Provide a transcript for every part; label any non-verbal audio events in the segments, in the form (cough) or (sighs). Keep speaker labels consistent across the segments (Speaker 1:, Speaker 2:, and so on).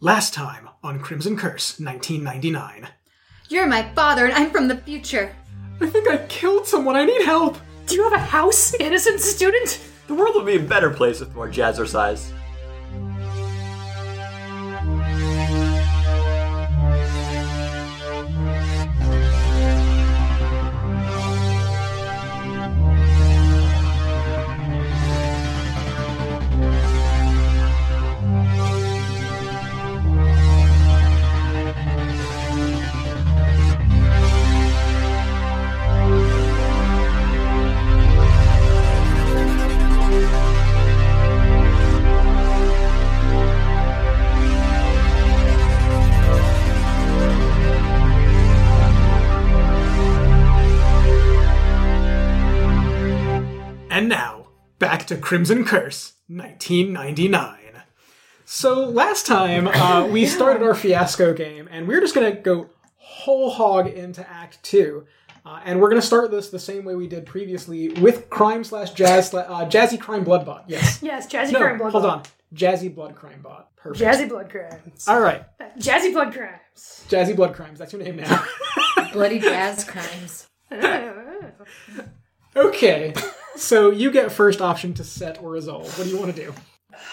Speaker 1: Last time on Crimson Curse 1999.
Speaker 2: You're my father, and I'm from the future.
Speaker 1: I think I killed someone. I need help.
Speaker 3: Do you have a house, innocent student?
Speaker 4: The world would be a better place with more jazzercise.
Speaker 1: And now, back to Crimson Curse 1999. So, last time, (laughs) uh, we started our fiasco game, and we're just going to go whole hog into Act 2. Uh, and we're going to start this the same way we did previously with crime slash jazz, sla- uh, jazzy crime blood bot. Yes.
Speaker 3: Yes, Jazzy
Speaker 1: No,
Speaker 3: Crime Blood.
Speaker 1: hold
Speaker 3: Bot.
Speaker 1: on. Jazzy blood crime bot. Perfect.
Speaker 3: Jazzy Blood Crimes.
Speaker 1: All right.
Speaker 3: Jazzy Blood
Speaker 1: (laughs)
Speaker 3: Crimes.
Speaker 1: Jazzy blood crimes. That's your name now. (laughs)
Speaker 2: Bloody jazz crimes.
Speaker 1: Okay, so you get first option to set or resolve. What do you want to do?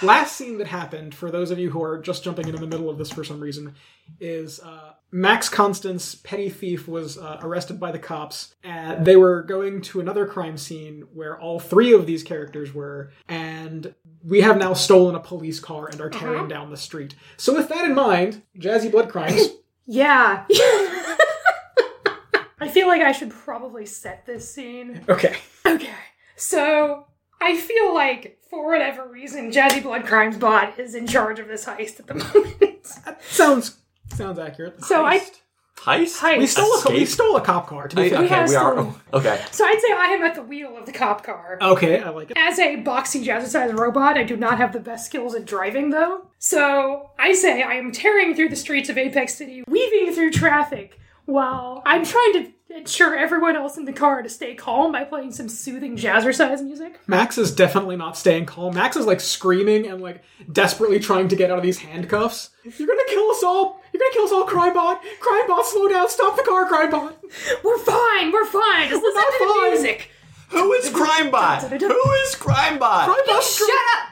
Speaker 1: Last scene that happened, for those of you who are just jumping in in the middle of this for some reason, is uh, Max Constance, petty thief, was uh, arrested by the cops. And they were going to another crime scene where all three of these characters were, and we have now stolen a police car and
Speaker 3: Uh-huh.
Speaker 1: are tearing down the street. So, with that in mind, Jazzy Blood Crimes. (laughs)
Speaker 3: Yeah. I feel like I should probably set this scene.
Speaker 1: okay.
Speaker 3: Okay. So, I feel like, for whatever reason, Jazzy Blood Crimes Bot is in charge of this heist at the (laughs) moment.
Speaker 1: Sounds sounds accurate.
Speaker 3: So I-
Speaker 1: Heist.
Speaker 4: Heist?
Speaker 3: Heist.
Speaker 1: we stole a, we
Speaker 4: Escape?
Speaker 1: stole a cop car. To be
Speaker 4: I-
Speaker 1: fair.
Speaker 4: okay,
Speaker 3: have
Speaker 4: we are.
Speaker 3: stolen.
Speaker 4: Okay.
Speaker 3: So, I'd say I am at the wheel of the cop car.
Speaker 1: Okay, I like it.
Speaker 3: As a boxy jazzercise robot, I do not have the best skills at driving, though. So I say I am tearing through the streets of Apex City, weaving through traffic, while I'm trying to ensure everyone else in the car to stay calm by playing some soothing jazzercise music.
Speaker 1: Max is definitely not staying calm. Max is like screaming and like desperately trying to get out of these handcuffs. You're gonna kill us all! You're gonna kill us all, Crimebot! Crimebot, slow down! Stop the car, Crimebot!
Speaker 3: We're fine, we're fine. Just listen
Speaker 1: not
Speaker 3: to the
Speaker 1: fine.
Speaker 3: music.
Speaker 4: Who is Crimebot? Who is Crimebot?
Speaker 1: Crimebot's
Speaker 2: Shut up!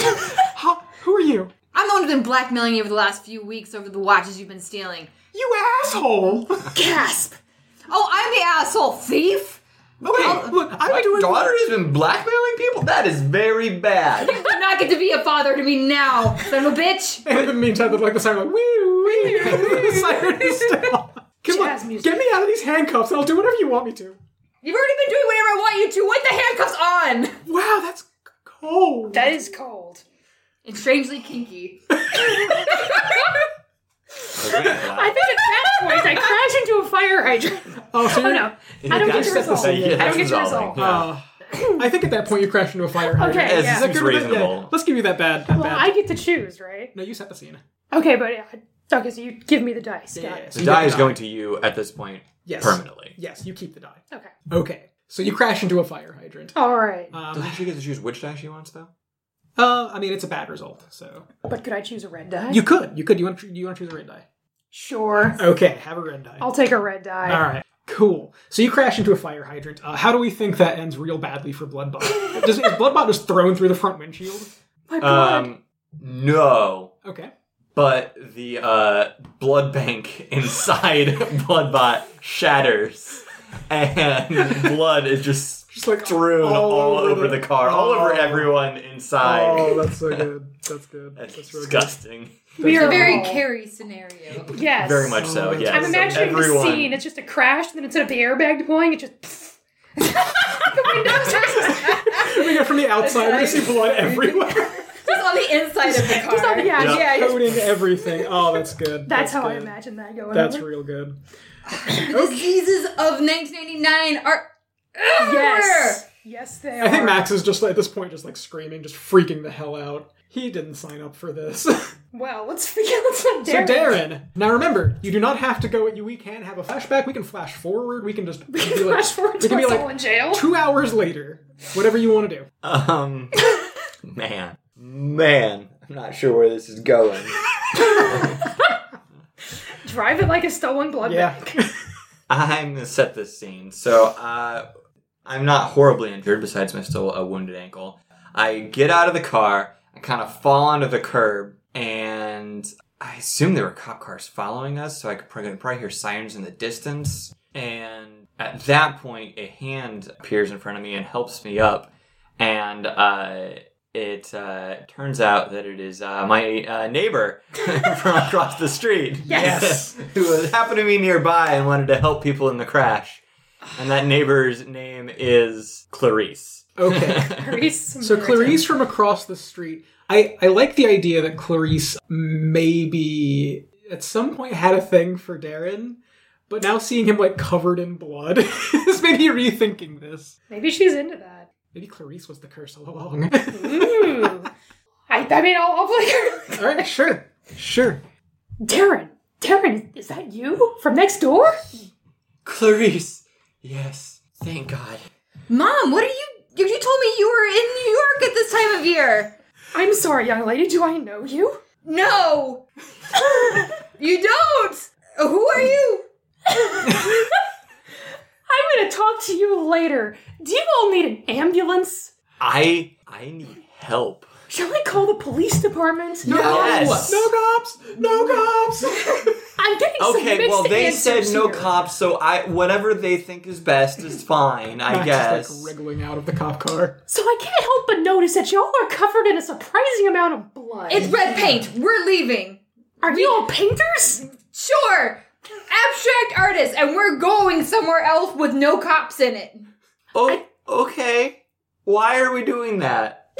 Speaker 1: How, who are you?
Speaker 2: I'm the one who's been blackmailing you for the last few weeks over the watches you've been stealing.
Speaker 1: You asshole!
Speaker 2: Gasp! Oh, I'm the asshole thief?
Speaker 4: Okay,
Speaker 1: look, I'm
Speaker 4: my
Speaker 1: doing-
Speaker 4: daughter has been blackmailing people? That is very
Speaker 5: (laughs)
Speaker 4: bad.
Speaker 2: You do not get to be a father to me now, son of a bitch!
Speaker 1: and in the meantime, they're like the siren, like, wee, (laughs) wee, wee, siren is still. Come
Speaker 3: Jazz
Speaker 1: on,
Speaker 3: music.
Speaker 1: get me out of these handcuffs and I'll do whatever you want me to.
Speaker 2: You've already been doing whatever I want you to with the handcuffs on!
Speaker 1: Wow, that's cold.
Speaker 3: That is cold.
Speaker 2: And strangely kinky.
Speaker 3: I think at that point I crash into a fire hydrant.
Speaker 1: oh, so
Speaker 3: (laughs) Oh
Speaker 1: you're-
Speaker 3: no, I don't get
Speaker 1: that's
Speaker 3: to
Speaker 1: the
Speaker 3: resolve.
Speaker 1: same.
Speaker 3: I don't get to resolve.
Speaker 4: Yeah.
Speaker 1: Uh, I think at that point you crashed into a fire hydrant.
Speaker 5: Oh.
Speaker 3: Okay,
Speaker 4: Yes,
Speaker 3: yeah.
Speaker 1: Is that
Speaker 4: Seems
Speaker 1: good? Yeah,
Speaker 4: reasonable.
Speaker 1: let's give you that bad. That
Speaker 3: Well,
Speaker 1: bad.
Speaker 3: I get to choose, right?
Speaker 1: No, you set the scene.
Speaker 3: Okay, but uh, okay, so you give me the dice. Got it.
Speaker 1: So
Speaker 4: The
Speaker 1: you get
Speaker 4: die is going to you at this point
Speaker 1: Yes.
Speaker 4: permanently.
Speaker 1: Yes, you keep the die.
Speaker 3: Okay.
Speaker 1: Okay. So you crash into a fire hydrant.
Speaker 3: All right.
Speaker 1: Um,
Speaker 4: Doesn't she get to choose which die she wants, though?
Speaker 1: uh, I mean, it's a bad result. So
Speaker 3: But could I choose a red die?
Speaker 1: you could, you could. You want to, you want to choose a red die?
Speaker 3: sure.
Speaker 1: Okay, have a red die.
Speaker 3: I'll take a red die.
Speaker 1: All right. Cool. So you crash into a fire hydrant. Uh, how do we think that ends real badly for
Speaker 3: (laughs)
Speaker 1: Bloodbot? Does, is Bloodbot just thrown through the front windshield?
Speaker 3: My blood.
Speaker 4: Um, no.
Speaker 1: Okay.
Speaker 4: But the uh, blood bank (laughs) inside (laughs) Bloodbot shatters, and blood is just,
Speaker 1: (laughs) Just like
Speaker 4: strewn all, over, the, car, all over
Speaker 1: Oh.
Speaker 4: everyone inside.
Speaker 1: Oh, that's so good. That's
Speaker 4: (laughs)
Speaker 1: good.
Speaker 4: That's
Speaker 1: That's really good.
Speaker 4: disgusting.
Speaker 3: we
Speaker 2: It's
Speaker 3: are
Speaker 2: a very
Speaker 3: all-
Speaker 2: carry scenario.
Speaker 3: Yes.
Speaker 4: Very much so,
Speaker 1: Oh,
Speaker 4: yes.
Speaker 3: I'm
Speaker 1: so
Speaker 3: imagining the
Speaker 4: Everyone-
Speaker 3: scene. It's just a crash, and then instead of the airbag deploying, it just. (laughs) the windows are
Speaker 1: Coming up from the outside, we see blood everywhere.
Speaker 2: Just on the inside of the car.
Speaker 3: (laughs) just on the yeah.
Speaker 4: Yeah.
Speaker 3: (laughs) yeah, yeah.
Speaker 1: coating everything. Oh, that's good.
Speaker 3: That's how I
Speaker 1: good.
Speaker 3: imagine that going.
Speaker 1: That's
Speaker 3: over.
Speaker 1: real good.
Speaker 2: The diseases of 1999 are
Speaker 3: Yes. Yes, they are.
Speaker 1: I think Max is just like, at this point, just like screaming, just freaking the hell out. He didn't sign up for this. (laughs) so
Speaker 3: Well, let's (laughs) figure let's not dare.
Speaker 1: Darren, now remember, you do not have to go. You we can have a flashback. We can flash forward. We can just we can be like-
Speaker 3: Flash forward
Speaker 1: we
Speaker 3: to
Speaker 1: can be
Speaker 3: us all
Speaker 1: like
Speaker 3: in jail.
Speaker 1: two
Speaker 3: (laughs)
Speaker 1: hours later. Whatever you want to do.
Speaker 4: Um, man, man,
Speaker 5: I'm not sure where this is going.
Speaker 3: Drive it like a stolen blood
Speaker 1: Yeah.
Speaker 3: bag.
Speaker 5: I'm gonna set this scene. So uh, I'm not horribly injured, besides my still a wounded ankle. I get out of the car. I kind of fall onto the curb, and I assume there were cop cars following us, so I could probably, could probably hear sirens in the distance. And at that point, a hand appears in front of me and helps me up, and uh, it uh, turns out that it is uh, my uh, neighbor (laughs) from across the street.
Speaker 3: Yes.
Speaker 5: (laughs) who happened to be nearby and wanted to help people in the crash. And that neighbor's name is Clarice.
Speaker 1: (laughs) Okay.
Speaker 3: Clarice. (laughs)
Speaker 1: So Clarice from across the street. I, I like the idea that Clarice maybe at some point had a thing for Darren, but now seeing him like covered in blood (laughs) is maybe rethinking this.
Speaker 3: Maybe she's into that.
Speaker 1: Maybe Clarice was the curse all (laughs) along.
Speaker 3: Ooh. I, I mean, I'll, I'll play her.
Speaker 1: all right, sure, sure.
Speaker 3: Darren. Darren, is that you? From next door?
Speaker 5: Clarice! Yes, thank God.
Speaker 2: Mom, what are you? You you told me you were in New York at this time of year.
Speaker 3: I'm sorry, young lady. Do I know you?
Speaker 2: No, you don't. Who are you?
Speaker 3: I'm going to talk to you later. Do you all need an ambulance?
Speaker 5: I I need help.
Speaker 3: Shall I call the police department?
Speaker 1: No,
Speaker 5: Yes.
Speaker 1: no cops, no (laughs) cops.
Speaker 3: I'm getting some
Speaker 5: Okay,
Speaker 3: mixed
Speaker 5: well they
Speaker 3: answers
Speaker 5: said no
Speaker 3: here.
Speaker 5: cops, so I whatever they think is best is fine,
Speaker 1: (laughs)
Speaker 5: I
Speaker 1: Max
Speaker 5: guess.
Speaker 1: is like wriggling out of the cop car.
Speaker 3: So I can't help but notice that y'all are covered in a surprising amount of blood.
Speaker 2: It's red paint. We're leaving.
Speaker 3: are you all painters?
Speaker 2: Sure, abstract artists, and we're going somewhere else with no cops in it.
Speaker 5: oh, okay. Why are we
Speaker 3: (laughs)
Speaker 5: doing that?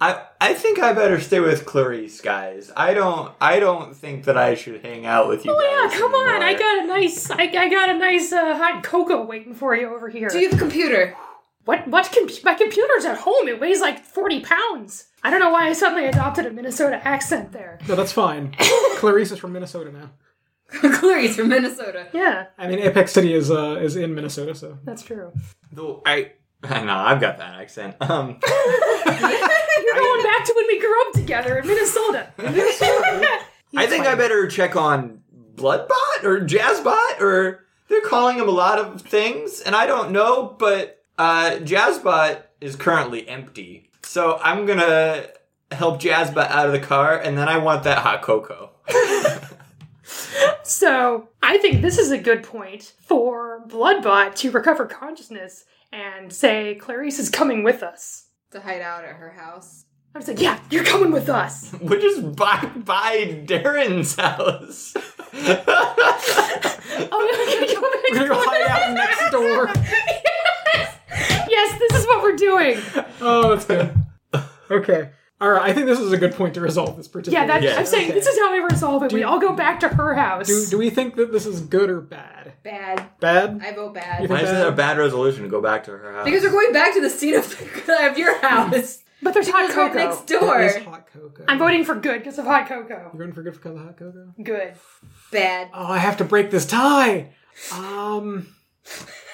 Speaker 5: I I think I better stay with Clarice, guys. I don't I don't think that I should hang out with you
Speaker 3: Oh, Yeah,
Speaker 5: guys.
Speaker 3: come on. I
Speaker 5: anymore.
Speaker 3: got a nice, I, I got a nice uh, hot cocoa waiting for you over here.
Speaker 2: Do you have a computer? (laughs)
Speaker 3: What? What? Com- my computer's at home. It weighs like forty pounds. I don't know why I suddenly adopted a Minnesota accent there.
Speaker 1: No, that's fine. (coughs) Clarice is from Minnesota now.
Speaker 2: Clarice from Minnesota.
Speaker 3: Yeah,
Speaker 1: I mean, Apex City is uh, is in Minnesota, so
Speaker 3: that's true.
Speaker 5: Though I, I know I've got that accent. (laughs) Um,
Speaker 3: You're going back to when we grew up together in
Speaker 1: (laughs)
Speaker 3: Minnesota.
Speaker 5: I think I better check on Bloodbot or Jazzbot or they're calling him a lot of things, and I don't know. But uh, Jazzbot is currently empty, so I'm gonna help Jazzbot out of the car, and then I want that hot cocoa.
Speaker 3: (laughs) so I think this is a good point for Bloodbot to recover consciousness and say Clarice is coming with us.
Speaker 2: To hide out at her house.
Speaker 3: I was like, yeah, you're coming
Speaker 1: (laughs)
Speaker 3: with us.
Speaker 5: We're just by by
Speaker 1: (laughs)
Speaker 5: Darren's house.
Speaker 3: Oh, we're gonna go back
Speaker 1: we're gonna go hide out next door.
Speaker 3: Yes, this is what we're doing.
Speaker 1: Oh, that's good. Okay. All right. I think this is a good point to resolve this particular.
Speaker 3: Yeah,
Speaker 1: (laughs)
Speaker 3: that,
Speaker 5: Yeah.
Speaker 3: I'm saying this is how we resolve it. we all go back to her house.
Speaker 1: Do, do we think that this is good or bad?
Speaker 2: Bad.
Speaker 1: Bad.
Speaker 2: I vote
Speaker 1: You
Speaker 2: bad.
Speaker 1: think-
Speaker 5: Why is that a bad resolution to go back to her house?
Speaker 2: Because we're going back to the scene of, (laughs) of your house.
Speaker 3: but there's hot
Speaker 2: Right
Speaker 3: cocoa.
Speaker 2: next
Speaker 1: It is
Speaker 2: door.
Speaker 1: hot cocoa.
Speaker 3: I'm voting for good because of hot cocoa.
Speaker 1: You're going for good because of hot cocoa.
Speaker 3: Good.
Speaker 2: Bad.
Speaker 1: Oh, I have to break this tie. Um,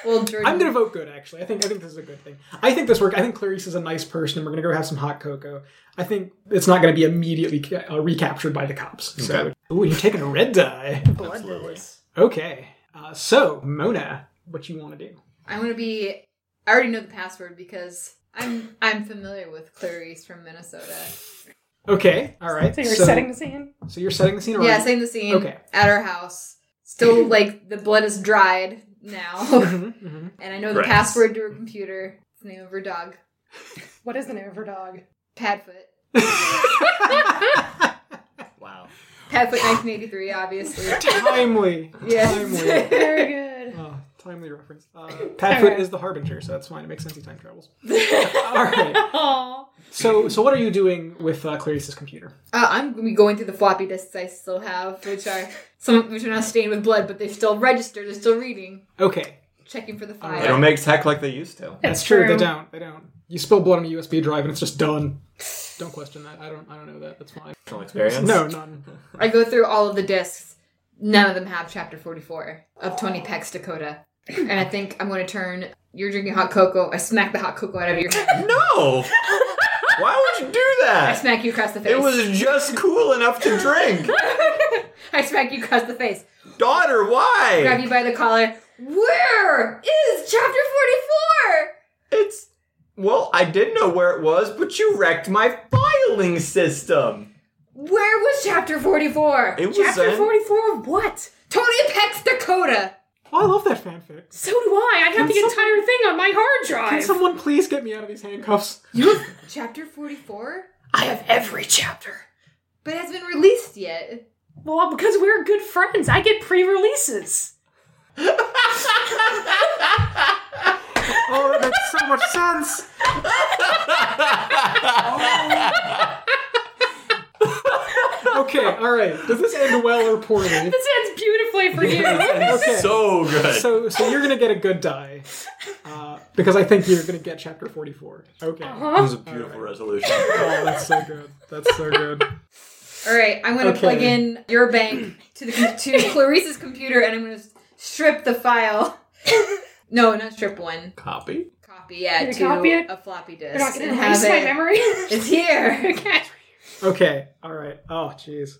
Speaker 2: Well, Jordan.
Speaker 1: I'm gonna vote good. Actually, I think I think this is a good thing. I think this worked. I think Clarice is a nice person, and we're gonna go have some hot cocoa. I think it's not gonna be immediately ca- uh, recaptured by the cops. So, ooh, you're taking a red die.
Speaker 3: Blood
Speaker 1: Okay. Uh, so, Mona, what you want to do?
Speaker 2: I'm gonna be. I already know the password because I'm I'm familiar with Clarice from Minnesota.
Speaker 1: Okay. All right.
Speaker 3: So you're setting the scene.
Speaker 1: So you're setting the scene.
Speaker 2: Yeah,
Speaker 1: already?
Speaker 2: same the scene.
Speaker 1: Okay.
Speaker 2: At her house. Still like the blood is dried
Speaker 1: (laughs)
Speaker 2: now,
Speaker 1: Mhm, mhm.
Speaker 2: and I know the
Speaker 5: Right.
Speaker 2: password to her computer. It's the name of her dog,
Speaker 3: What is the name of her dog?
Speaker 2: Padfoot.
Speaker 5: wow.
Speaker 2: Padfoot, 1983,
Speaker 5: (laughs)
Speaker 2: obviously.
Speaker 1: timely.
Speaker 2: Yes.
Speaker 3: Very good.
Speaker 1: Oh, timely reference. Uh,
Speaker 3: Alright.
Speaker 1: Padfoot is the harbinger, so that's fine. It makes sense he time travels. (laughs) All right.
Speaker 3: Aww.
Speaker 1: So, so what are you doing with uh, Clarice's computer?
Speaker 2: Uh, I'm gonna be going through the floppy disks I still have, which are some which are not stained with blood, but they're still registered. They're still reading,
Speaker 1: Okay,
Speaker 2: checking for the
Speaker 1: Alright.
Speaker 5: They don't
Speaker 2: file.
Speaker 5: make tech like they used to.
Speaker 1: that's
Speaker 3: It's
Speaker 1: true.
Speaker 3: true.
Speaker 1: They don't. They don't. You spill blood on a USB drive, and it's just done. Don't question that. I don't. I don't know that. That's fine.
Speaker 5: Personal experience.
Speaker 1: No, none.
Speaker 2: I go through all of the discs. None of them have chapter 44 of Tony Peck's Dakota, and I think I'm gonna turn. You're drinking hot cocoa. I smack the hot cocoa out of your hand.
Speaker 5: No. Why would you do
Speaker 2: I
Speaker 5: that?
Speaker 2: (laughs) smack you across the face.
Speaker 5: It was just cool enough to drink.
Speaker 2: I smack you across the face.
Speaker 5: Daughter,
Speaker 2: Grab
Speaker 5: why?
Speaker 2: you by the collar. Where is chapter 44?
Speaker 5: It's. Well, I did know where it was, but you wrecked my filing system.
Speaker 2: Where was chapter 44?
Speaker 5: It was
Speaker 3: Chapter
Speaker 5: in-
Speaker 3: 44 of what?
Speaker 2: Tony Peck's Dakota.
Speaker 1: Oh, I love that fanfic.
Speaker 3: So do I. I have the
Speaker 1: some-
Speaker 3: entire thing on my hard
Speaker 1: Can
Speaker 3: drive.
Speaker 1: someone please get me out of these handcuffs?
Speaker 2: You have chapter 44?
Speaker 3: I have every chapter.
Speaker 2: But it hasn't been released yet.
Speaker 3: Well, because we're good friends, I get pre-releases.
Speaker 1: Oh, that makes so much sense. okay, all right. Does this end well or poorly?
Speaker 3: This ends beautifully
Speaker 1: (laughs)
Speaker 3: for you. Uh-huh.
Speaker 1: Okay.
Speaker 5: So good.
Speaker 1: so, so you're gonna get a good die, uh, because I think you're gonna get chapter 44. Okay.
Speaker 3: Uh-huh.
Speaker 1: Oh,
Speaker 5: it was a beautiful resolution.
Speaker 1: that's so good. That's so good.
Speaker 2: All right, I'm going to
Speaker 1: Okay.
Speaker 2: plug in your bank to the
Speaker 3: (laughs)
Speaker 2: to Clarice's computer and I'm going to strip the file. no, not strip one.
Speaker 5: Copy.
Speaker 2: Copy, yeah,
Speaker 3: You're
Speaker 2: to
Speaker 3: gonna copy it?
Speaker 2: a floppy disk.
Speaker 3: You're not going to
Speaker 2: and have
Speaker 3: erase my
Speaker 2: it.
Speaker 3: memory. (laughs)
Speaker 2: It's here.
Speaker 3: okay,
Speaker 1: Okay. All right. Oh, jeez.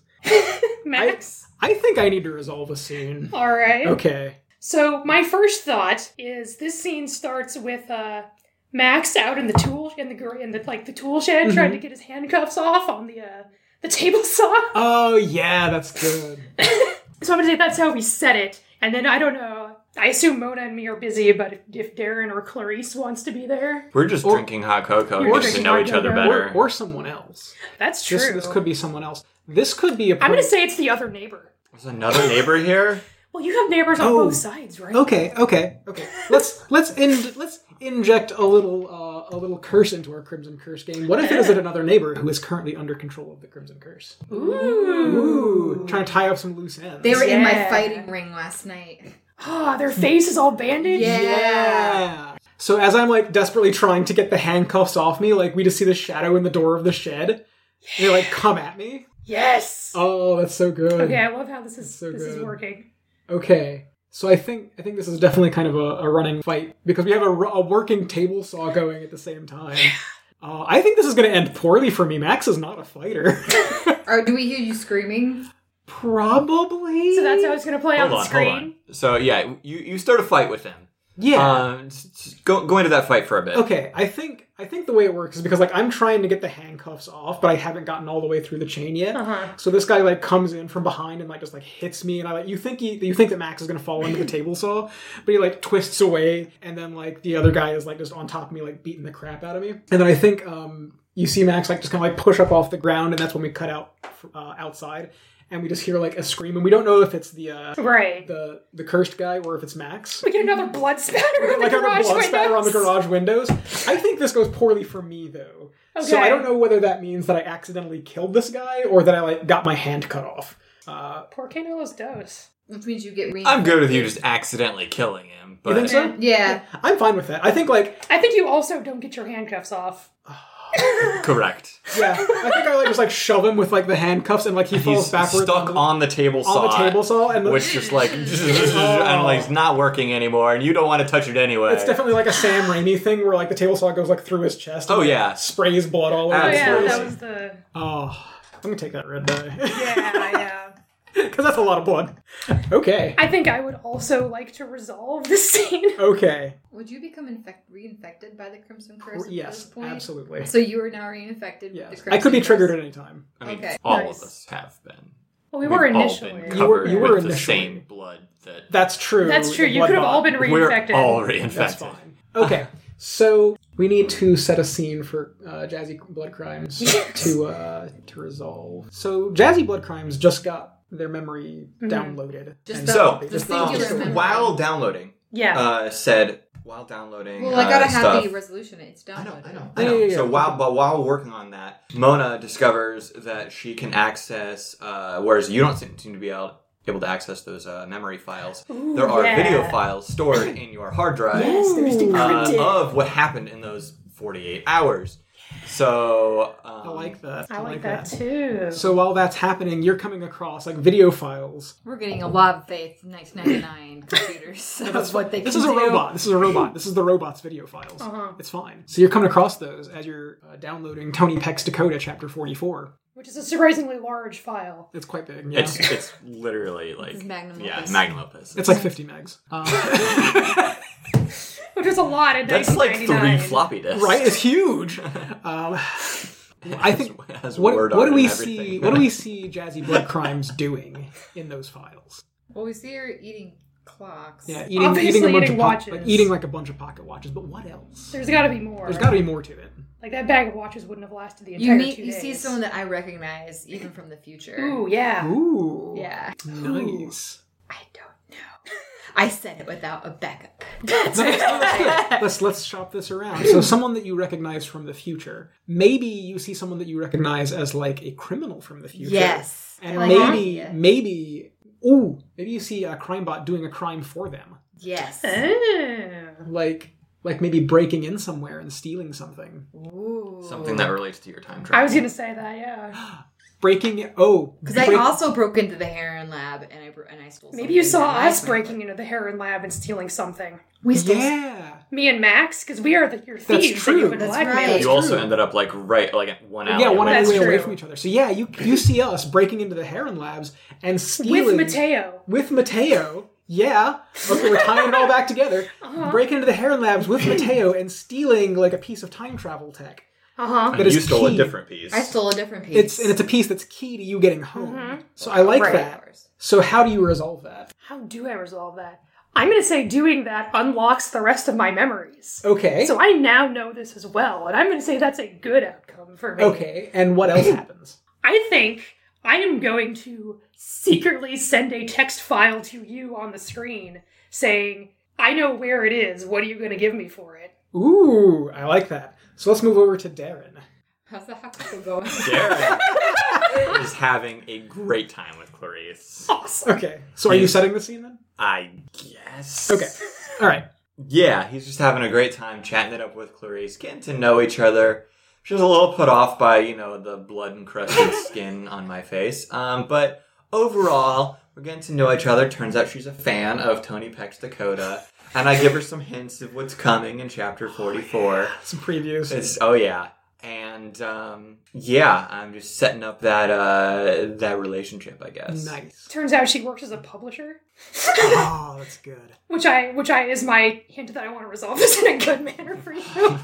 Speaker 3: Max.
Speaker 1: I think I need to resolve a scene.
Speaker 3: All right.
Speaker 1: Okay.
Speaker 3: So my first thought is this scene starts with uh, Max out in the tool in the gr- in the like the tool shed trying to get his handcuffs off on the uh, the table saw.
Speaker 1: Oh yeah, that's
Speaker 5: (laughs)
Speaker 1: good.
Speaker 3: So I'm gonna say that's how we set it, and then I don't know. I assume Mona and me are busy, but if, if Darren or Clarice wants to be there,
Speaker 5: We're just
Speaker 1: Or-
Speaker 5: drinking hot cocoa
Speaker 1: or
Speaker 5: just to
Speaker 1: drinking
Speaker 5: know
Speaker 3: hot
Speaker 5: each other
Speaker 3: cocoa.
Speaker 5: better.
Speaker 1: Or, or someone else.
Speaker 3: that's true.
Speaker 1: This, this could be someone else. This could be a.
Speaker 3: I'm gonna say it's the other neighbor.
Speaker 5: There's another
Speaker 1: (laughs)
Speaker 5: neighbor here?
Speaker 3: Well, you have neighbors on
Speaker 1: Oh.
Speaker 3: both sides, right?
Speaker 1: Okay, okay, okay. Let's let's in, let's inject a little uh, a little curse into our Crimson Curse game. What if it is at another neighbor who is currently under control of the Crimson Curse? Ooh, trying to tie up some loose ends.
Speaker 2: They were in my
Speaker 3: Yeah.
Speaker 2: fighting ring last night.
Speaker 3: Ah, their face is all bandaged.
Speaker 2: Yeah.
Speaker 1: yeah. So as I'm like desperately trying to get the handcuffs off me, like we just see the shadow in the door of the shed. And they like come at me.
Speaker 3: Yes.
Speaker 1: Oh, that's so good.
Speaker 3: Okay, I love how this is
Speaker 1: So
Speaker 3: this is
Speaker 1: good.
Speaker 3: working.
Speaker 1: Okay. So I think I think this is definitely kind of a, a running fight because we have a, r- a working table saw going at the same time. Uh, I think this is going to end poorly for me. Max is not a fighter. (laughs)
Speaker 2: Or do we hear you screaming?
Speaker 1: Probably.
Speaker 3: So that's how it's gonna play on
Speaker 5: Hold
Speaker 3: the
Speaker 5: on,
Speaker 3: screen.
Speaker 5: hold on. So yeah, you, you start a fight with him.
Speaker 1: yeah.
Speaker 5: Um, s- s- go go into that fight for a bit.
Speaker 1: okay. I think I think the way it works is because like I'm trying to get the handcuffs off, but I haven't gotten all the way through the chain yet.
Speaker 3: Uh-huh.
Speaker 1: So this guy like comes in from behind and like just like hits me, and I like you think he you think that Max is gonna fall into the table saw, but he like twists away, and then like the other guy is like just on top of me, like beating the crap out of me, and then I think um you see Max like just kind of like push up off the ground, and that's when we cut out uh, outside, and we just hear like a scream, and we don't know if it's the uh,
Speaker 3: Right.
Speaker 1: the the cursed guy or if it's
Speaker 3: (laughs)
Speaker 1: Max.
Speaker 3: We get another blood spatter on the
Speaker 1: Like a
Speaker 3: garage
Speaker 1: blood spatter on the
Speaker 3: windows.
Speaker 1: garage windows. I think this goes poorly for me though. So
Speaker 3: Okay.
Speaker 1: I don't know whether that means that I accidentally killed this guy or that I like got my hand cut off. Uh,
Speaker 3: Poor Kano los dos.
Speaker 2: Which means you get re-
Speaker 5: I'm good with you just accidentally killing him,
Speaker 1: you
Speaker 5: but
Speaker 1: think so?
Speaker 2: Yeah.
Speaker 1: I'm fine with that. I think like
Speaker 3: I think you also don't get your handcuffs off.
Speaker 5: correct.
Speaker 1: yeah, I think I like just like shove him with like the handcuffs and like he falls
Speaker 5: He's
Speaker 1: backwards
Speaker 5: stuck
Speaker 1: on,
Speaker 5: on the table
Speaker 1: the-
Speaker 5: saw,
Speaker 1: on the table saw and
Speaker 5: which
Speaker 1: (laughs)
Speaker 5: just like (laughs) and like it's not working anymore, and you don't want to touch it anyway.
Speaker 1: it's definitely like a Sam Raimi thing where like the table saw goes like through his chest. and,
Speaker 5: Oh,
Speaker 1: like,
Speaker 5: yeah.
Speaker 1: sprays blood all over.
Speaker 3: Oh,
Speaker 1: his
Speaker 3: yeah,
Speaker 5: Absolutely.
Speaker 1: face.
Speaker 3: that was the.
Speaker 1: Oh, I'm gonna take that red (laughs) die
Speaker 3: Yeah, yeah.
Speaker 1: because that's a lot of blood. Okay,
Speaker 3: I think I would also like to resolve this (laughs) scene.
Speaker 1: okay,
Speaker 2: Would you become infect- reinfected by the Crimson Curse at this
Speaker 1: yes,
Speaker 2: point?
Speaker 1: absolutely.
Speaker 2: So you are now reinfected with the
Speaker 1: Yes,
Speaker 2: Crimson
Speaker 1: I could be
Speaker 2: Curse?
Speaker 1: triggered at any time.
Speaker 5: I mean,
Speaker 2: Okay.
Speaker 5: all
Speaker 3: Nice.
Speaker 5: of us have been.
Speaker 3: Well, we were
Speaker 5: We've all
Speaker 3: initially.
Speaker 5: been
Speaker 1: You were-
Speaker 5: covered
Speaker 1: you were
Speaker 5: with the
Speaker 1: initially.
Speaker 5: same blood that
Speaker 1: That's true.
Speaker 3: That's true.
Speaker 1: The
Speaker 3: You
Speaker 1: blood
Speaker 3: could have
Speaker 1: bond.
Speaker 3: all been reinfected.
Speaker 5: we're all
Speaker 1: That's
Speaker 5: reinfected.
Speaker 1: fine. Okay, so we need to set a scene for uh, Jazzy Blood Crimes to uh, to resolve. So Jazzy Blood Crimes just got their memory downloaded.
Speaker 2: Just
Speaker 1: And
Speaker 2: the-
Speaker 5: So,
Speaker 1: they
Speaker 2: the
Speaker 1: just-
Speaker 2: singular
Speaker 1: just-
Speaker 2: memory.
Speaker 5: Um, while downloading,
Speaker 3: yeah.
Speaker 5: uh, said while downloading.
Speaker 2: Well, I gotta
Speaker 5: uh,
Speaker 2: have
Speaker 5: stuff,
Speaker 2: the resolution. It's done.
Speaker 5: I know, I know,
Speaker 1: Yeah,
Speaker 5: I know.
Speaker 1: yeah, yeah.
Speaker 5: So while but while working on that, Mona discovers that she can access, uh, whereas you don't seem seem to be able, able to access those uh, memory files. there are
Speaker 3: yeah.
Speaker 5: video files stored in your hard drive
Speaker 3: Yes, they're just
Speaker 5: uh,
Speaker 3: encrypted.
Speaker 5: of what happened in those forty-eight hours. So
Speaker 1: I
Speaker 5: um,
Speaker 1: like that.
Speaker 3: I like that too.
Speaker 1: So while that's happening, you're coming across like video files.
Speaker 2: We're getting a lot of faith in (coughs) 1999 computers. So that's what they
Speaker 1: This
Speaker 2: can
Speaker 1: is a
Speaker 2: do.
Speaker 1: robot. This is a robot. This is the robot's video files.
Speaker 3: Uh-huh.
Speaker 1: It's fine. So you're coming across those as you're uh, downloading Tony Peck's Dakota Chapter 44.
Speaker 3: Which is a surprisingly large file.
Speaker 1: It's quite big. Yeah.
Speaker 5: It's
Speaker 1: It's,
Speaker 5: it's literally like
Speaker 2: It's magnum
Speaker 5: yeah,
Speaker 2: opus.
Speaker 5: magnum opus.
Speaker 1: like 50 megs. Um, Uh,
Speaker 3: Which is a lot in
Speaker 5: That's like three
Speaker 3: 1999.
Speaker 5: floppy disks.
Speaker 1: right? It's
Speaker 5: (laughs)
Speaker 1: huge. (laughs) Um, I think.
Speaker 5: It has
Speaker 1: What,
Speaker 5: word
Speaker 1: what
Speaker 5: on
Speaker 1: do
Speaker 5: it
Speaker 1: we
Speaker 5: and
Speaker 1: see?
Speaker 5: (laughs) everything.
Speaker 1: What do we see Jazzy Blood Crimes doing in those files?
Speaker 2: Well, we see her eating clocks.
Speaker 1: Yeah, eating,
Speaker 3: Obviously
Speaker 1: eating a bunch
Speaker 3: eating
Speaker 1: of pocket
Speaker 3: watches.
Speaker 1: like, eating like a bunch of pocket watches. But what else?
Speaker 3: There's got to be more.
Speaker 1: There's got to be more to it.
Speaker 3: like that bag of watches wouldn't have lasted the entire
Speaker 2: You meet,
Speaker 3: two
Speaker 2: you
Speaker 3: days.
Speaker 2: see someone that I recognize even from the future.
Speaker 3: Ooh, yeah.
Speaker 1: Ooh,
Speaker 2: Yeah.
Speaker 1: nice.
Speaker 2: I don't know. (laughs) I said it without a (laughs) backup.
Speaker 1: No, that's- that's good. let's let's shop this around. So someone that you recognize from the future. Maybe you see someone that you recognize as like a criminal from the future.
Speaker 2: yes.
Speaker 1: And
Speaker 2: I like that
Speaker 1: maybe
Speaker 2: idea.
Speaker 1: maybe ooh, maybe you see a crime bot doing a crime for them.
Speaker 2: Yes.
Speaker 3: Oh.
Speaker 1: Like like maybe breaking in somewhere and stealing something.
Speaker 2: Ooh.
Speaker 5: Something that relates to your time travel.
Speaker 3: I was gonna say that, yeah.
Speaker 1: Breaking oh
Speaker 2: Because I
Speaker 1: break-
Speaker 2: also broke into the Heron Lab and I bro- and I stole.
Speaker 3: Maybe you
Speaker 2: something
Speaker 3: saw
Speaker 2: that
Speaker 3: us
Speaker 2: I-
Speaker 3: breaking into the Heron Lab and stealing something.
Speaker 2: We stole.
Speaker 1: Yeah.
Speaker 3: Me and Max, because we are the your
Speaker 1: That's
Speaker 3: thieves. that you
Speaker 1: true.
Speaker 3: would
Speaker 2: That's
Speaker 3: blackmail.
Speaker 2: right.
Speaker 5: you
Speaker 1: true.
Speaker 5: also ended up like right like at one hour.
Speaker 1: Yeah, one
Speaker 3: That's
Speaker 1: way away
Speaker 3: true.
Speaker 1: from each other. So yeah, you you see us breaking into the Heron Labs and
Speaker 3: With
Speaker 1: stealing
Speaker 3: Mateo.
Speaker 1: with Mateo. Yeah. Okay, we're tying it all back together.
Speaker 3: (laughs) Uh-huh.
Speaker 1: Breaking into the Heron Labs with Mateo and stealing like a piece of time travel tech.
Speaker 3: Uh huh.
Speaker 1: that is
Speaker 5: you stole
Speaker 1: key.
Speaker 5: a different piece.
Speaker 2: I stole (laughs) a different piece.
Speaker 1: It's and it's a piece that's key to you getting home.
Speaker 3: Mm-hmm.
Speaker 1: So I like
Speaker 3: Right.
Speaker 1: that. So how do you resolve that?
Speaker 3: How do I resolve that? I'm gonna say doing that unlocks the rest of my memories.
Speaker 1: Okay.
Speaker 3: So I now know this as well, and I'm gonna say that's a good outcome for me.
Speaker 1: okay. And what
Speaker 3: (coughs)
Speaker 1: else happens?
Speaker 3: I think I am going to secretly send a text file to you on the screen saying, I know where it is. What are you going to give me for it?
Speaker 1: Ooh, I like that. So let's move over to Darren.
Speaker 2: How's the hackle going? (laughs)
Speaker 5: Darren is having a great time with Clarice.
Speaker 3: Awesome.
Speaker 1: Okay. So are you
Speaker 5: Yes.
Speaker 1: setting the scene then?
Speaker 5: I guess.
Speaker 1: Okay. All right.
Speaker 5: Yeah, he's just having a great time chatting it up with Clarice, getting to know each other. She was a little put off by, you know, the blood
Speaker 1: (laughs)
Speaker 5: encrusted skin on my face. Um, but overall, we're getting to know each other. Turns out she's a fan of Tony Peck's Dakota. And I give her some hints of what's coming in
Speaker 1: Oh,
Speaker 5: chapter 44.
Speaker 1: Some previews.
Speaker 5: It's oh yeah, and um, yeah, I'm just setting up that uh, that relationship, I
Speaker 3: (laughs)
Speaker 5: guess.
Speaker 1: nice.
Speaker 3: Turns out she works as a publisher,
Speaker 1: Oh, that's good.
Speaker 3: which I which I is my hint that I want to resolve this in a good manner for you.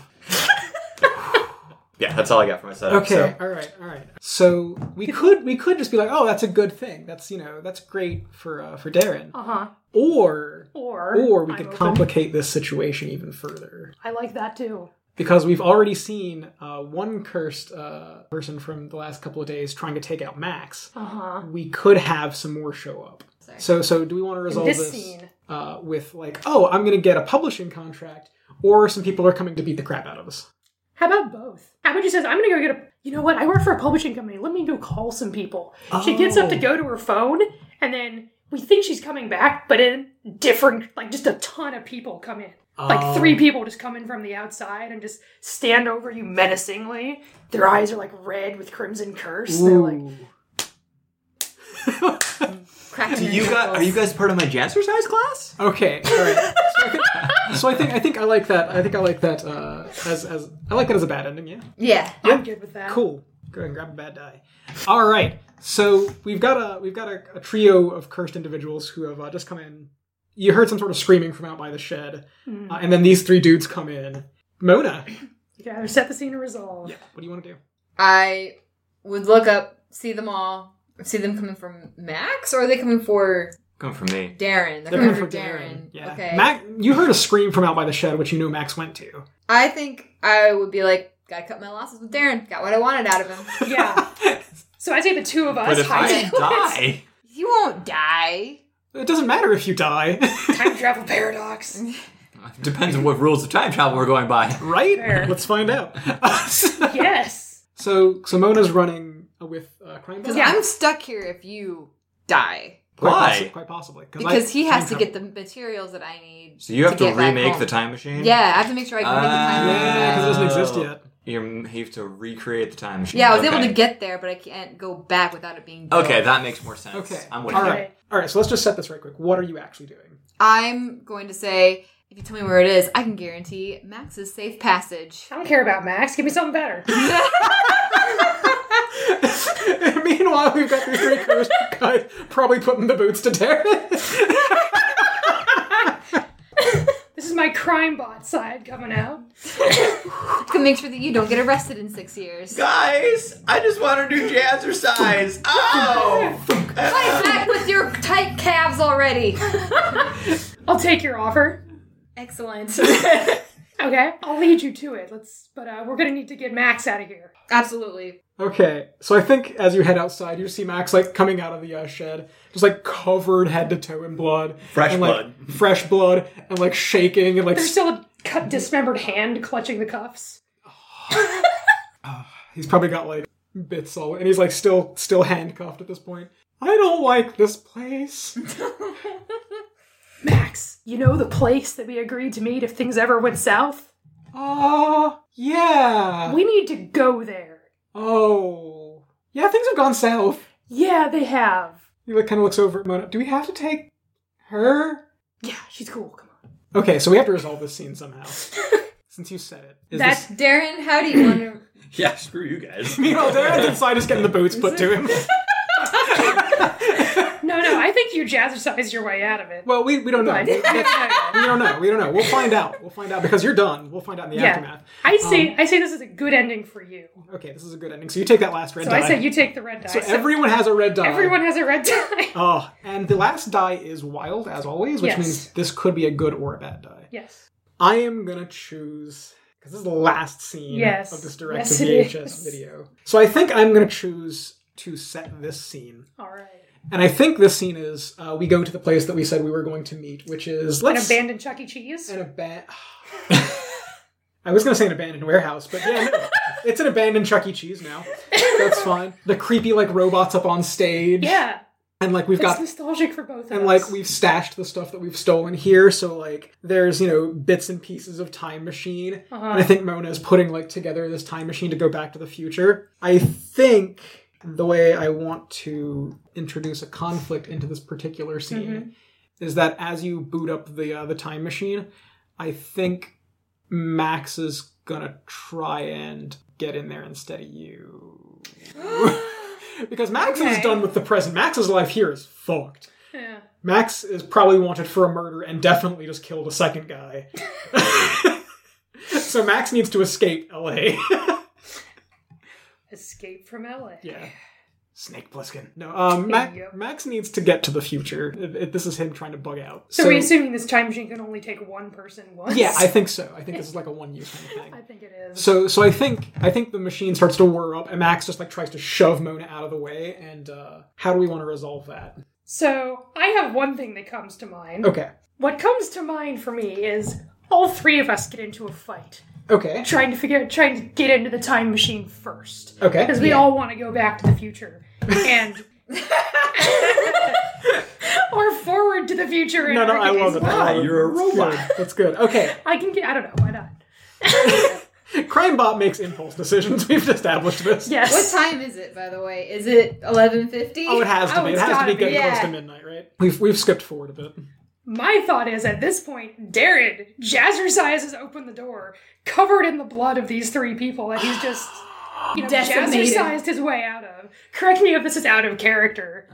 Speaker 5: Yeah, that's all I got for my setup.
Speaker 1: Okay.
Speaker 5: so-
Speaker 1: All right. All right. So we could we could just be like, oh, that's a good thing. That's you know that's great for uh, for Darren.
Speaker 3: Uh huh.
Speaker 1: Or
Speaker 3: Or
Speaker 1: or we
Speaker 3: I'm
Speaker 1: could
Speaker 3: open.
Speaker 1: complicate this situation even further.
Speaker 3: I like that too.
Speaker 1: because we've already seen uh, one cursed uh, person from the last couple of days trying to take out Max.
Speaker 3: Uh huh.
Speaker 1: We could have some more show up.
Speaker 2: Sorry.
Speaker 1: So, so do we want to resolve
Speaker 3: this
Speaker 1: this,
Speaker 3: scene.
Speaker 1: uh, with like, oh, I'm going to get a publishing contract, or some people are coming to beat the crap out of us?
Speaker 3: How about both? How about she says, I'm gonna go get a you know what, I work for a publishing company, let me go call some people. She gets up to
Speaker 1: Oh.
Speaker 3: go to her phone and then we think she's coming back, but in different like just a ton of people come in.
Speaker 1: Oh.
Speaker 3: Like three people just come in from the outside and just stand over you menacingly. Their eyes are like red with crimson curse. They're like
Speaker 1: Ooh.
Speaker 2: Cracking
Speaker 5: Do
Speaker 2: her
Speaker 5: you guys
Speaker 2: knuckles.
Speaker 5: are you guys part of my jazzercise class?
Speaker 1: Okay, all right. So I, think, so I think I think I like that. I think I like that uh, as as I like that as a bad ending. Yeah.
Speaker 2: Yeah.
Speaker 3: I'm good with that.
Speaker 1: Cool. Go ahead and grab a bad die. All right. So we've got a we've got a, a trio of cursed individuals who have uh, just come in. You heard some sort of screaming from out by the shed, uh, and then these three dudes come in. Mona,
Speaker 3: Hmm. You gotta set the scene and resolve.
Speaker 1: what do you want to do?
Speaker 2: I would look up, see them all, see them coming from Max, or are they coming for
Speaker 5: Come for me.
Speaker 2: Darren? They're,
Speaker 1: coming
Speaker 2: coming for
Speaker 1: for
Speaker 2: Darren.
Speaker 1: Yeah,
Speaker 2: Okay.
Speaker 1: Mac, you heard a scream from out by the shed, which you know Max went to. (laughs)
Speaker 2: I think I would be like, gotta cut my losses with Darren. Got what I wanted out of him.
Speaker 5: (laughs)
Speaker 3: Yeah. so I'd say the two of
Speaker 5: But
Speaker 3: us
Speaker 5: if I
Speaker 3: hide
Speaker 5: die,
Speaker 2: he won't die.
Speaker 1: It doesn't matter if you die,
Speaker 3: (laughs)
Speaker 1: (laughs)
Speaker 3: time travel paradox.
Speaker 5: depends on what rules of time travel we're going by.
Speaker 1: right?
Speaker 3: Fair.
Speaker 1: Let's find out. (laughs)
Speaker 3: yes.
Speaker 1: so, so Mona's running with uh, crime. Boss?
Speaker 2: Because I'm stuck here if you die.
Speaker 1: quite
Speaker 5: Why?
Speaker 1: possi- quite possibly I-
Speaker 2: Because he has to
Speaker 1: Time
Speaker 2: get the materials that I need.
Speaker 5: So you have to,
Speaker 2: get back
Speaker 5: remake
Speaker 2: home.
Speaker 5: the time machine.
Speaker 2: Yeah, I have to make sure I can make the
Speaker 5: Ah.
Speaker 2: time.
Speaker 1: Yeah, because it doesn't exist yet.
Speaker 5: You're, you have to recreate the time machine.
Speaker 2: Yeah, I was able
Speaker 5: Okay.
Speaker 2: to get there, but I can't go back without it being.
Speaker 5: Okay,
Speaker 2: built.
Speaker 5: that makes more sense.
Speaker 1: Okay.
Speaker 5: I'm
Speaker 1: All
Speaker 5: with you.
Speaker 1: right. All right. So let's just set this right quick. What are you actually doing? (laughs)
Speaker 2: I'm going to say if you tell me where it is, I can guarantee Max's safe passage.
Speaker 3: I don't care about Max. Give me something better.
Speaker 1: Meanwhile, we've got these three coast (laughs) guys probably putting the boots to death.
Speaker 3: This is my crime bot side coming out.
Speaker 2: To make sure that you don't get arrested in six years.
Speaker 4: Guys, I just want to do (laughs) jazzercise. Oh!
Speaker 2: Fight back with your tight calves already.
Speaker 3: I'll take your offer.
Speaker 2: Excellent.
Speaker 3: Okay, I'll lead you to it. Let's, but uh, we're gonna need to get Max out of here.
Speaker 2: (laughs) Absolutely.
Speaker 1: (laughs) okay. So I think as you head outside, you see Max like coming out of the uh, shed, just like covered head to toe in blood,
Speaker 4: Fresh
Speaker 1: and, like,
Speaker 4: blood.
Speaker 1: fresh blood, and like shaking and like
Speaker 3: There's still a cut, dismembered hand clutching the cuffs.
Speaker 1: He's probably got like bits all, and he's like still still handcuffed at this point. I don't like this
Speaker 3: (laughs)
Speaker 1: place.
Speaker 3: Max, you know the place that we agreed to meet if things ever went south.
Speaker 1: Ah, yeah.
Speaker 3: We need to go there.
Speaker 1: Oh, yeah. Things have gone south.
Speaker 3: Yeah, they have.
Speaker 1: He like kind of looks over at Mona. Do we have to take her?
Speaker 3: Yeah, she's cool. Come on.
Speaker 1: Okay, so we have to resolve this scene
Speaker 3: (laughs)
Speaker 1: somehow. Since you said it, is (laughs)
Speaker 2: That's Darren. How do you want to?
Speaker 4: (laughs) Yeah, screw you
Speaker 5: (laughs)
Speaker 4: guys.
Speaker 1: this? Meanwhile, Darren's inside just getting the boots put to him. (laughs)
Speaker 3: No, no, I think you jazzercise your way out of it.
Speaker 1: Well, we, we don't know.
Speaker 3: But-
Speaker 1: We don't know. We don't know. We'll find out. We'll find out because you're done. We'll find out in the
Speaker 3: Yeah.
Speaker 1: aftermath.
Speaker 3: (laughs) I say,
Speaker 1: Um,
Speaker 3: I say this is a good ending for you.
Speaker 1: Okay, this is a good ending. So you take that last red
Speaker 3: So
Speaker 1: die.
Speaker 3: I say you take the red die.
Speaker 1: so everyone has a red die.
Speaker 3: everyone has a red die.
Speaker 1: Oh, and the last die is wild as always, which
Speaker 3: Yes.
Speaker 1: means this could be a good or a bad die.
Speaker 3: (laughs) yes.
Speaker 1: I am gonna choose because this is the last scene
Speaker 3: Yes.
Speaker 1: of this
Speaker 3: Yes,
Speaker 1: direct
Speaker 3: it
Speaker 1: VHS
Speaker 3: is.
Speaker 1: video. So I think I'm gonna choose to set this scene,
Speaker 3: All right.
Speaker 1: and I think this scene is uh, we go to the place that we said we were going to meet, which is
Speaker 3: An
Speaker 1: let's
Speaker 3: abandoned Chuck E. Cheese.
Speaker 1: an aban- (sighs) I was gonna say an abandoned warehouse, but yeah, no. it's an abandoned Chuck E. Cheese now.
Speaker 3: (laughs)
Speaker 1: That's fine. The creepy like robots up on stage,
Speaker 3: Yeah,
Speaker 1: and like we've
Speaker 3: it's
Speaker 1: got
Speaker 3: nostalgic for both of
Speaker 1: and
Speaker 3: us.
Speaker 1: like we've stashed the stuff that we've stolen here so like there's you know bits and pieces of time machine
Speaker 3: Uh-huh.
Speaker 1: and i think mona is putting like together this time machine to go back to the future i think the way i want to introduce a conflict into this particular scene
Speaker 3: Mm-hmm.
Speaker 1: is that as you boot up the uh, the time machine i think max is gonna try and get in there instead of
Speaker 3: (gasps)
Speaker 1: you (laughs) because max is
Speaker 3: Okay.
Speaker 1: done with the present max's life here is fucked
Speaker 3: yeah.
Speaker 1: Max is probably wanted for a murder and definitely just killed a second guy. so Max needs to escape LA.
Speaker 3: Escape from LA.
Speaker 1: yeah. Snake Plissken. No, um, Ma-
Speaker 3: Yep.
Speaker 1: Max needs to get to the future. It- it- this is him trying to bug out.
Speaker 3: So, we're assuming this time machine can only take one person once.
Speaker 1: yeah, I think so. I think this is like a one-use kind of
Speaker 3: (laughs)
Speaker 1: thing.
Speaker 3: I think it is.
Speaker 1: So, so I think I think the machine starts to whir up, and Max just like tries to shove Mona out of the way. And uh, how do we want to resolve that?
Speaker 3: So I have one thing that comes to mind.
Speaker 1: Okay,
Speaker 3: What comes to mind for me is all three of us get into a fight,
Speaker 1: okay,
Speaker 3: trying to figure, trying to get into the time machine first,
Speaker 1: okay.
Speaker 3: because we all want to go back to the future
Speaker 1: (laughs)
Speaker 3: and. (laughs) or forward to the future. and
Speaker 1: No, no, I
Speaker 3: recognize-
Speaker 1: love it.
Speaker 3: Wow.
Speaker 1: I love it.
Speaker 4: you're a
Speaker 1: That's good.
Speaker 4: robot.
Speaker 1: That's good. Okay.
Speaker 3: I can get. I don't know. Why not?
Speaker 1: Crimebot makes impulse decisions. (laughs) We've established this.
Speaker 3: Yes.
Speaker 2: What time is it, by the way? Is it eleven fifty?
Speaker 1: Oh, it has to
Speaker 3: Oh,
Speaker 1: be. It
Speaker 3: it's
Speaker 1: has to
Speaker 3: gotta
Speaker 1: be
Speaker 3: be.
Speaker 1: getting close
Speaker 2: Yeah.
Speaker 1: to midnight, right? We've we've skipped forward a bit.
Speaker 3: My thought is at this point, Darren jazzercises open the door, covered in the blood of these three people that he's
Speaker 2: (sighs)
Speaker 3: just you know,
Speaker 2: Decimated.
Speaker 3: jazzercised his way out of. Correct me if this is out of character.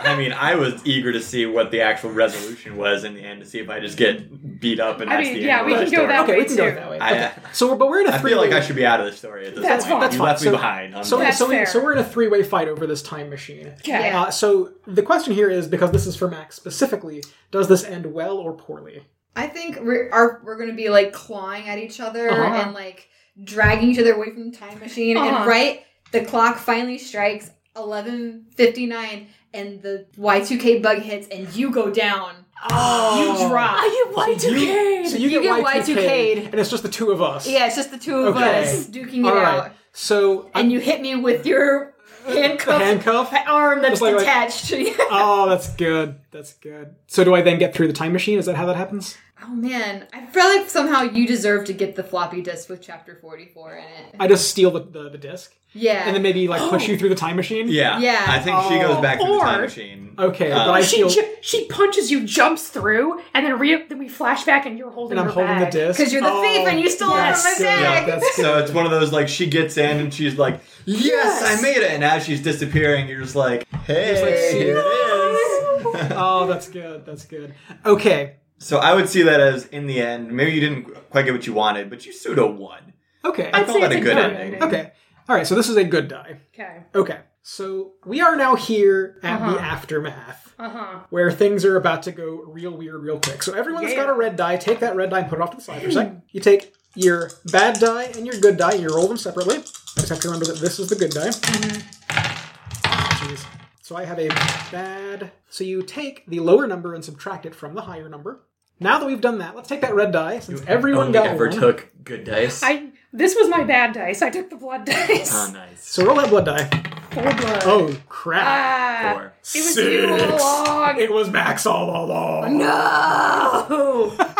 Speaker 4: I mean, I was eager to see what the actual resolution was in the end to see if I just get beat up and
Speaker 3: I
Speaker 4: that's
Speaker 3: mean,
Speaker 4: the
Speaker 3: yeah,
Speaker 4: end
Speaker 3: we
Speaker 4: of
Speaker 3: can
Speaker 4: the
Speaker 3: go
Speaker 4: story.
Speaker 3: that
Speaker 1: Okay,
Speaker 3: way
Speaker 1: we can go
Speaker 3: too.
Speaker 1: that way.
Speaker 4: I-
Speaker 1: okay. So we're, but we're in a
Speaker 4: I
Speaker 1: three.
Speaker 4: feel like I should be out of this story at this
Speaker 3: That's
Speaker 4: point.
Speaker 3: fine. That's
Speaker 4: you
Speaker 1: fine.
Speaker 4: left
Speaker 1: So-
Speaker 4: me behind. On
Speaker 1: So,
Speaker 4: that.
Speaker 1: so, we,
Speaker 3: fair.
Speaker 1: so we're in a three-way fight over this time machine.
Speaker 3: Okay.
Speaker 2: Yeah.
Speaker 1: Uh, so the question here is because this is for Max specifically, does this end well or poorly?
Speaker 2: I think we're are, we're gonna be like clawing at each other
Speaker 1: Uh-huh.
Speaker 2: and like dragging each other away from the time machine.
Speaker 3: Uh-huh.
Speaker 2: And right, the clock finally strikes eleven fifty nine, and the Y two K bug hits, and you go down.
Speaker 1: Oh,
Speaker 2: You drop.
Speaker 3: I get
Speaker 1: So
Speaker 3: Y2K.
Speaker 1: you,
Speaker 2: You
Speaker 1: get,
Speaker 2: get
Speaker 1: Y2K'd,
Speaker 2: Y2K'd.
Speaker 1: and it's just the two of us.
Speaker 2: (laughs) Yeah, it's just the two of
Speaker 1: Okay.
Speaker 2: us duking it
Speaker 1: All
Speaker 2: out,
Speaker 1: right. So
Speaker 2: and you hit me with your handcuff
Speaker 1: handcuff.
Speaker 2: arm that's
Speaker 1: Just like- uh, like-
Speaker 2: (laughs) detached.
Speaker 1: Oh, that's good. That's good. So do I then get through the time machine? Is that how that happens?
Speaker 2: Oh man, I feel like somehow you deserve to get the floppy disk with chapter 44 in it.
Speaker 1: I just steal the, the, the disc
Speaker 2: yeah.
Speaker 1: and then maybe like push you through the time machine.
Speaker 4: Yeah.
Speaker 2: Yeah.
Speaker 4: I think she goes
Speaker 3: Oh,
Speaker 4: back to the time
Speaker 3: or-
Speaker 4: machine.
Speaker 1: Okay,
Speaker 4: Uh,
Speaker 1: but I
Speaker 3: Oh,
Speaker 1: steal
Speaker 3: she ju- she punches you, jumps through, and then re- then we flash back, and you're holding.
Speaker 1: and I'm
Speaker 3: her
Speaker 1: holding
Speaker 3: bag.
Speaker 1: the disc Oh,
Speaker 2: Because you're the thief and you stole
Speaker 3: yes.
Speaker 2: it from my
Speaker 1: Yeah,
Speaker 2: bag.
Speaker 1: that's good.
Speaker 4: So it's one of those like she gets in and she's like, "Yes,
Speaker 3: Yes.
Speaker 4: I made it!" And as she's disappearing, you're just like, "Hey, here it is."
Speaker 1: (laughs) Oh, that's good. That's good. Okay.
Speaker 4: so I would see that as in the end, maybe you didn't quite get what you wanted, but you pseudo won.
Speaker 1: Okay.
Speaker 4: I
Speaker 3: I'd
Speaker 4: call
Speaker 3: say
Speaker 4: that
Speaker 3: it's
Speaker 4: a
Speaker 3: a
Speaker 4: good
Speaker 3: no.
Speaker 4: ending.
Speaker 1: Okay. All right. So this is a good die.
Speaker 3: Okay.
Speaker 1: Okay. So we are now here at the
Speaker 3: Uh-huh.
Speaker 1: aftermath,
Speaker 3: Uh huh.
Speaker 1: where things are about to go real weird, real quick. So everyone that's got a
Speaker 3: Yeah.
Speaker 1: red die, take that red die and put it off to the side for a sec. You take your bad die and your good die. and You roll them separately. I just have to remember that this is the good die. Jeez. So I have a bad. So you take the lower number and subtract it from the higher number. Now that we've done that, let's take that red die since everyone
Speaker 5: Only
Speaker 1: got
Speaker 5: ever
Speaker 1: one.
Speaker 5: took good dice.
Speaker 3: I this was my bad dice. I took the blood (laughs) dice.
Speaker 5: oh, nice.
Speaker 1: So roll that blood die.
Speaker 3: Full blood.
Speaker 1: Oh crap!
Speaker 3: Ah,
Speaker 5: Four.
Speaker 3: it was you all
Speaker 1: Six.
Speaker 3: along.
Speaker 1: It was Max all along.
Speaker 2: No!
Speaker 1: (laughs)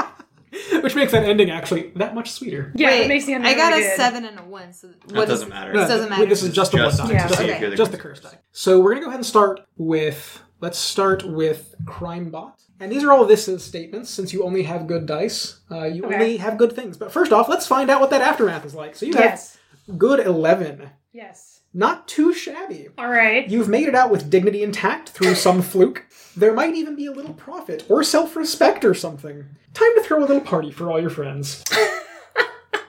Speaker 1: Which makes that ending actually that much sweeter.
Speaker 3: yeah,
Speaker 2: Wait,
Speaker 3: it makes the end.
Speaker 2: I got
Speaker 3: really
Speaker 2: a
Speaker 3: good.
Speaker 2: seven and a one. So
Speaker 4: That
Speaker 2: what is-
Speaker 4: doesn't matter.
Speaker 2: This doesn't matter.
Speaker 1: This is just the blood
Speaker 4: Just-
Speaker 1: die.
Speaker 3: Yeah.
Speaker 1: Just,
Speaker 4: see
Speaker 2: Okay.
Speaker 4: if you're the
Speaker 1: just the curse die. So we're gonna go ahead and start with. Let's start with Crimebot, and these are all this is statements. Since you only have good dice, uh, you
Speaker 3: Okay.
Speaker 1: only have good things. But first off, let's find out what that aftermath is like. So you have
Speaker 3: Yes.
Speaker 1: good eleven,
Speaker 3: Yes.
Speaker 1: not too shabby.
Speaker 3: All right.
Speaker 1: You've made it out with dignity intact through some fluke. There might even be a little profit or self respect or something. Time to throw a little party for all your friends.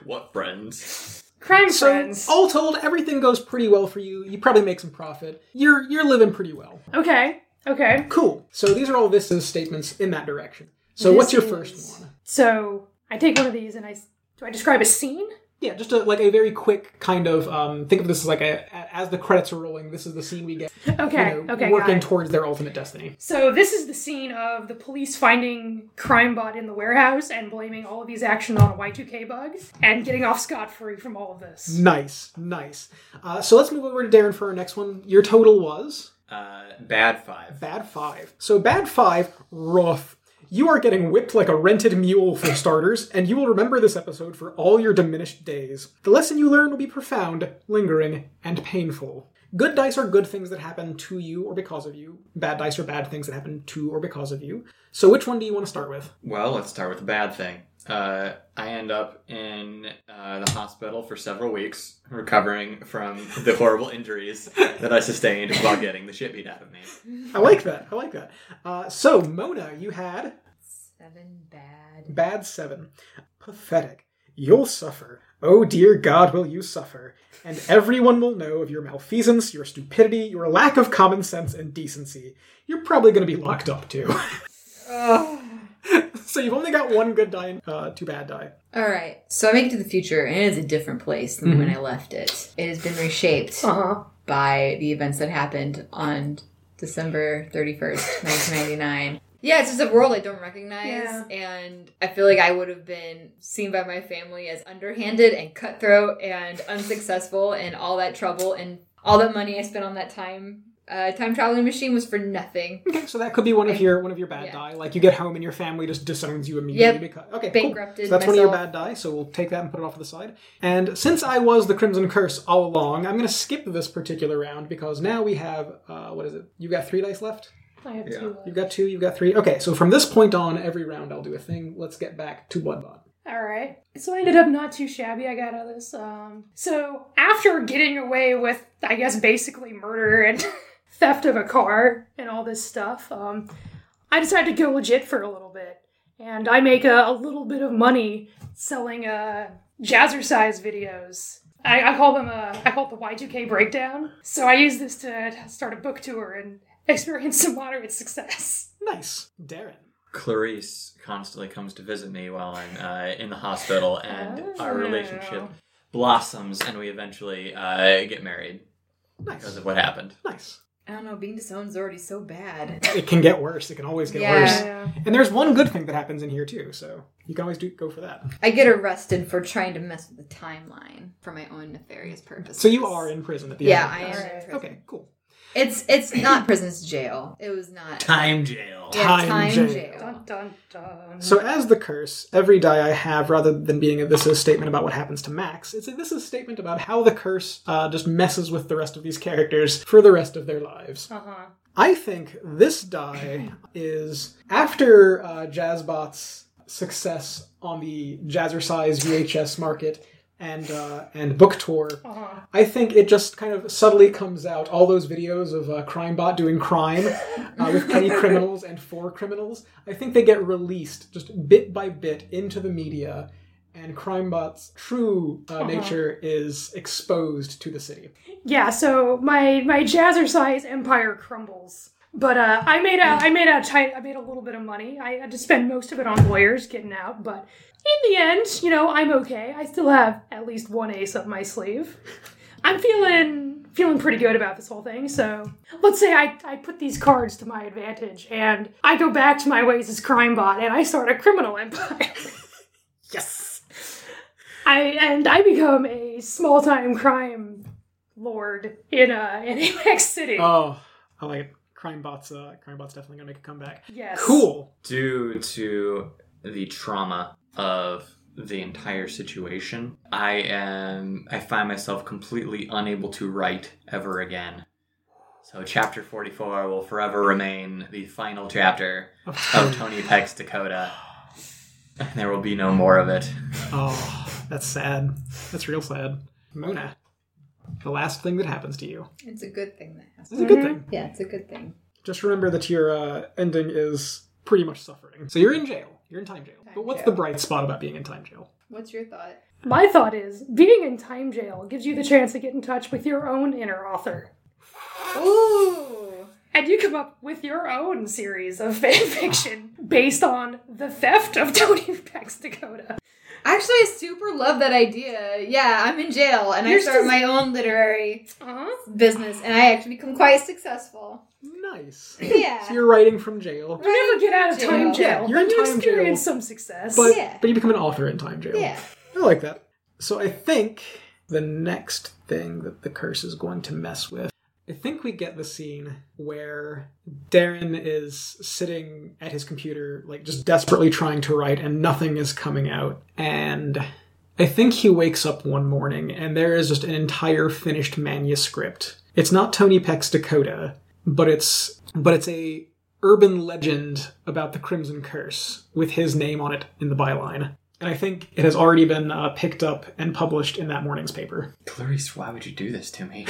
Speaker 4: What friends?
Speaker 3: Crime
Speaker 1: So,
Speaker 3: friends.
Speaker 2: oh.
Speaker 1: all told, everything goes pretty well for you. You probably make some profit. You're you're living pretty well.
Speaker 3: Okay. Okay.
Speaker 1: Cool. So these are all Vista's statements in that direction. So
Speaker 2: This
Speaker 1: what's your
Speaker 2: is-
Speaker 1: first one?
Speaker 3: So I take one of these and I s- do I describe a scene?
Speaker 1: Yeah, just a, like a very quick kind of um, think of this as like a, a- as the credits are rolling. This is the scene we get. you
Speaker 3: Okay.
Speaker 1: know,
Speaker 3: okay. got
Speaker 1: working
Speaker 3: it.
Speaker 1: towards their ultimate destiny.
Speaker 3: So this is the scene of the police finding Crimebot in the warehouse and blaming all of these action on a Y2K bug and getting off scot free from all of this.
Speaker 1: Nice, nice. Uh, so let's move over to Darren for our next one. Your total was.
Speaker 4: Uh, bad five.
Speaker 1: Bad five. So bad five, rough. You are getting whipped like a rented mule for starters, and you will remember this episode for all your diminished days. The lesson you learn will be profound, lingering, and painful. Good dice are good things that happen to you or because of you. Bad dice are bad things that happen to or because of you. So which one do you want to start with?
Speaker 4: Well, let's start with the bad thing. Uh, I end up in uh, the hospital for several weeks, recovering from the horrible injuries that I sustained while getting the shit beat out of me.
Speaker 1: I like that. I like that. Uh, so Mona, you had
Speaker 2: Seven bad.
Speaker 1: Bad seven. Pathetic. You'll suffer. Oh dear God, will you suffer? And everyone will know of your malfeasance, your stupidity, your lack of common sense and decency. You're probably going to be locked up (sighs) too. (laughs) so you've only got one good die and uh, two bad die.
Speaker 2: All right. So I make it to the future, and it is a different place than when I left it. It has been reshaped
Speaker 3: Uh huh.
Speaker 2: by the events that happened on December 31st, 1999. Yeah, it's just a world I don't recognize,
Speaker 3: Yeah.
Speaker 2: and I feel like I would have been seen by my family as underhanded and cutthroat and unsuccessful, and all that trouble and all that money I spent on that time uh, time traveling machine was for nothing.
Speaker 1: Okay, so that could be one of your one of your bad
Speaker 2: Yeah.
Speaker 1: die. Like you get home and your family just disowns you immediately
Speaker 2: Yep.
Speaker 1: because okay, cool.
Speaker 2: Bankrupted
Speaker 1: So that's one of your bad
Speaker 2: myself.
Speaker 1: die. So we'll take that and put it off to the side. And since I was the Crimson Curse all along, I'm going to skip this particular round because now we have uh, what is it? You've got three dice left.
Speaker 3: I have
Speaker 4: Yeah.
Speaker 3: two.
Speaker 1: You've got two. You've got three. Okay, so from this point on, every round I'll do a thing. Let's get back to Bloodbot.
Speaker 3: All right. So I ended up not too shabby. I got out of this. Um, so after getting away with, I guess, basically murder and (laughs) theft of a car and all this stuff, um, I decided to go legit for a little bit. And I make a, a little bit of money selling uh, jazzercise videos. I, I call them uh, I call it the Y2K breakdown. So I use this to start a book tour and (laughs) experience some moderate success.
Speaker 1: Nice, Darren.
Speaker 5: Clarice constantly comes to visit me while I'm uh, in the hospital, and our relationship blossoms, and we eventually uh, get married because
Speaker 1: Nice,
Speaker 5: of what happened.
Speaker 1: nice.
Speaker 2: I don't know, being disowned is already so bad.
Speaker 1: It can get worse. It can always get
Speaker 2: Yeah.
Speaker 1: worse. And there's one good thing that happens in here too. So you can always do go for that.
Speaker 2: I get arrested for trying to mess with the timeline for my own nefarious purposes.
Speaker 1: So you are in prison at the
Speaker 2: Yeah,
Speaker 1: end.
Speaker 2: I
Speaker 1: of
Speaker 2: am.
Speaker 1: this.
Speaker 2: in prison.
Speaker 1: Okay, cool.
Speaker 2: It's it's not prison's jail. It was not
Speaker 4: Time jail.
Speaker 2: Yeah,
Speaker 1: Time
Speaker 2: time,
Speaker 1: jail.
Speaker 2: jail.
Speaker 3: Dun dun dun.
Speaker 1: So, as the curse, every die I have, rather than being a this is statement about what happens to Max, it's a this is statement about how the curse uh, just messes with the rest of these characters for the rest of their lives.
Speaker 3: uh huh.
Speaker 1: I think this die is after uh, Jazzbot's success on the Jazzercise VHS market and uh, and book tour.
Speaker 3: Uh huh.
Speaker 1: I think it just kind of subtly comes out all those videos of uh, CrimeBot doing crime uh, with petty criminals and for criminals. I think they get released just bit by bit into the media, and CrimeBot's true uh, nature is exposed to the city.
Speaker 3: Yeah. So my my jazzercise empire crumbles. But uh, I made a I made a tight I made a little bit of money. I had to spend most of it on lawyers getting out, but in the end, you know, I'm okay. I still have at least one ace up my sleeve. I'm feeling feeling pretty good about this whole thing. So let's say I, I put these cards to my advantage and I go back to my ways as crime bot and I start a criminal empire. (laughs) yes. I and I become a small time crime lord in uh in Apex City.
Speaker 1: Oh, I like it. CrimeBot's uh, CrimeBot's definitely gonna make a comeback.
Speaker 3: yes.
Speaker 1: Cool.
Speaker 4: due to the trauma of the entire situation i am i find myself completely unable to write ever again so chapter 44 will forever remain the final chapter (sighs) of
Speaker 1: Oh,
Speaker 4: tony peck's dakota and there will be no more of it
Speaker 1: Oh, (laughs) that's sad. That's real sad. Mona, the last thing that happens to you.
Speaker 2: It's a good thing that has.
Speaker 1: It's a good thing.
Speaker 2: Yeah, it's a good thing.
Speaker 1: Just remember that your uh, ending is pretty much suffering. So you're in jail. You're in time jail. but what's
Speaker 2: jail.
Speaker 1: the bright spot about being in time jail?
Speaker 2: What's your thought?
Speaker 3: My thought is being in time jail gives you the chance to get in touch with your own inner author.
Speaker 2: Ooh.
Speaker 3: And you come up with your own series of fan fiction based on the theft of Tony (laughs) Pax Dakota.
Speaker 2: Actually, I super love that idea. Yeah, I'm in jail and I
Speaker 3: You're
Speaker 2: start
Speaker 3: so-
Speaker 2: my own literary
Speaker 3: Uh-huh.
Speaker 2: business and I actually become
Speaker 1: (coughs)
Speaker 2: quite successful.
Speaker 1: Nice.
Speaker 2: Yeah.
Speaker 1: So you're writing from jail.
Speaker 3: You never get out of
Speaker 2: Jail.
Speaker 3: time jail.
Speaker 1: Yeah, you're in
Speaker 3: but you
Speaker 1: time
Speaker 3: experience
Speaker 1: jail.
Speaker 3: some success.
Speaker 1: But
Speaker 2: Yeah.
Speaker 1: but you become an author in time jail.
Speaker 2: yeah.
Speaker 1: I like that. So I think the next thing that the curse is going to mess with, I think we get the scene where Darren is sitting at his computer, like just desperately trying to write, and nothing is coming out. And I think he wakes up one morning and there is just an entire finished manuscript. It's not Tony Peck's Dakota, but it's but it's a urban legend about the Crimson Curse with his name on it in the byline. And I think it has already been uh, picked up and published in that morning's paper.
Speaker 4: clarice why would you do this to (sighs) me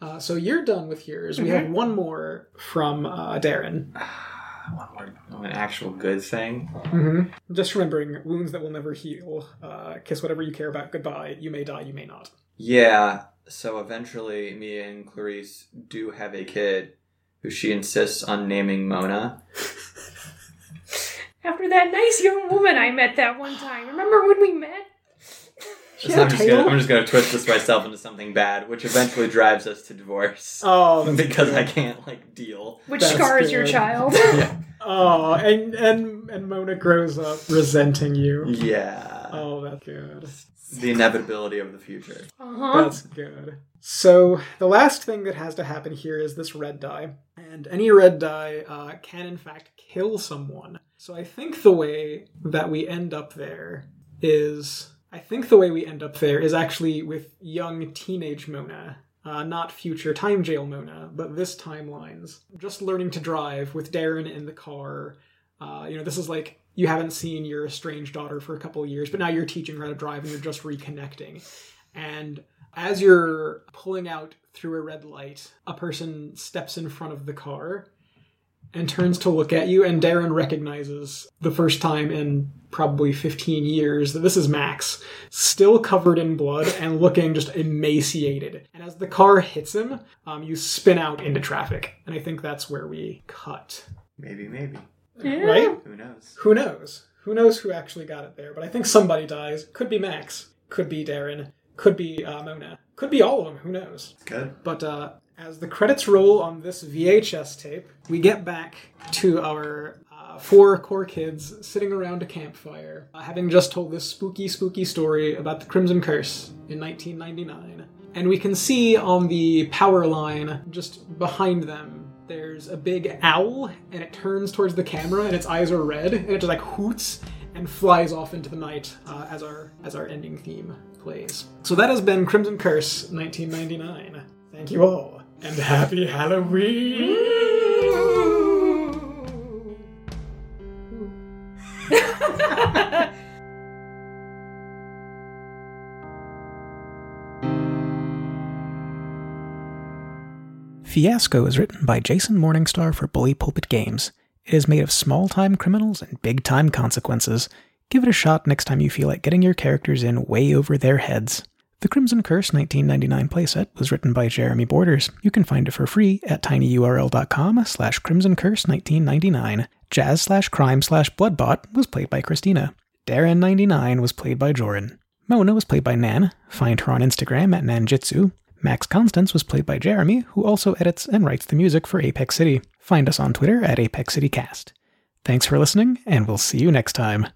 Speaker 1: Uh, so you're done with yours. We have one more from uh, Darren.
Speaker 4: Ah, one word an actual good thing
Speaker 1: Just remembering wounds that will never heal. Uh, kiss whatever you care about goodbye. You may die, you may not.
Speaker 4: Yeah, so eventually me and Clarice do have a kid who she insists on naming Mona.
Speaker 3: After that nice young woman I met that one time. Remember when we met?
Speaker 1: She had
Speaker 4: So I'm,
Speaker 1: a
Speaker 4: just gonna,
Speaker 1: tail?
Speaker 4: I'm just gonna twist this myself into something bad, which eventually drives us to divorce.
Speaker 1: Oh, that's
Speaker 4: (laughs) because I
Speaker 1: good.
Speaker 4: can't like deal.
Speaker 3: Which
Speaker 1: That's
Speaker 3: scars your
Speaker 1: good.
Speaker 3: child.
Speaker 1: Oh, and and and Mona grows up resenting you.
Speaker 4: Yeah.
Speaker 1: Oh, that's good.
Speaker 4: The inevitability of the future.
Speaker 3: Uh-huh.
Speaker 1: That's good. So the last thing that has to happen here is this red die, and any red die uh, can in fact kill someone. So I think the way that we end up there is, I think the way we end up there is actually with young teenage Mona. Uh, not future time jail Mona, but this timeline's just learning to drive with Darren in the car. Uh, you know, this is like you haven't seen your estranged daughter for a couple of years, but now you're teaching her how to drive and you're just reconnecting. And as you're pulling out through a red light, a person steps in front of the car and turns to look at you. And Darren recognizes the first time in probably 15 years that this is Max, still covered in blood and looking just emaciated. And as the car hits him, um, you spin out into traffic. And I think that's where we cut,
Speaker 4: Maybe, maybe.
Speaker 3: Yeah.
Speaker 1: right?
Speaker 4: Who knows?
Speaker 1: Who knows? Who knows who actually got it there? But I think somebody dies. Could be Max. Could be Darren. Could be uh, Mona. Could be all of them. Who knows?
Speaker 4: Good.
Speaker 1: But uh, as the credits roll on this VHS tape, we get back to our uh, four core kids sitting around a campfire, uh, having just told this spooky, spooky story about the Crimson Curse in 1999. And we can see on the power line just behind them, there's a big owl, and it turns towards the camera, and its eyes are red, and it just like hoots and flies off into the night uh, as our as our ending theme plays. So that has been Crimson Curse 1999. Thank you all, and happy Halloween. Fiasco is written by Jason Morningstar for Bully Pulpit Games. It is made of small time criminals and big time consequences. Give it a shot next time you feel like getting your characters in way over their heads. The Crimson Curse 1999 playset was written by Jeremy Borders. You can find it for free at tinyurl.com slash crimsoncurse1999. Jazz slash crime slash bloodbot was played by Christina. Darren99 was played by Joran. Mona was played by Nan. Find her on Instagram at Nanjitsu. Max Constance was played by Jeremy, who also edits and writes the music for Apex City. Find us on Twitter at Apex City Cast. Thanks for listening, and we'll see you next time.